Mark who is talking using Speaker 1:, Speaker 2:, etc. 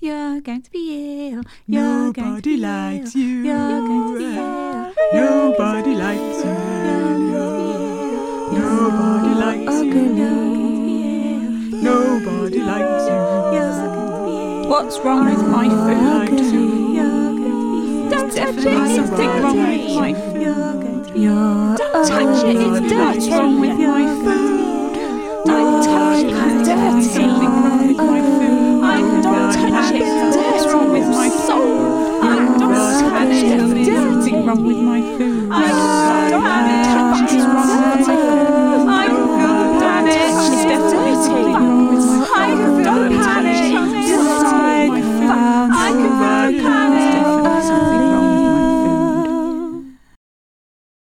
Speaker 1: You're going to be ill. You're going to be
Speaker 2: Nobody likes
Speaker 1: ill.
Speaker 2: you.
Speaker 1: You're going to be ill.
Speaker 2: Nobody likes you. Nobody likes
Speaker 1: Oh,
Speaker 2: you.
Speaker 1: good. You're going to be ill.
Speaker 2: Nobody likes you.
Speaker 1: You're going to be ill.
Speaker 3: What's wrong with my
Speaker 2: Nobody
Speaker 3: food?
Speaker 2: likes you.
Speaker 1: You're going to be ill.
Speaker 3: There's definitely something wrong with my food.
Speaker 1: You're going to be ill.
Speaker 3: Don't touch it, it's
Speaker 2: Nobody
Speaker 3: dirty.
Speaker 2: likes
Speaker 3: What's wrong with
Speaker 2: you.
Speaker 3: my food? Don't touch it, it's dirty. Something wrong with my food. I don't touch it, it's dirty. What's wrong with my soul? I don't touch it, it's dirty. Something wrong with my food. I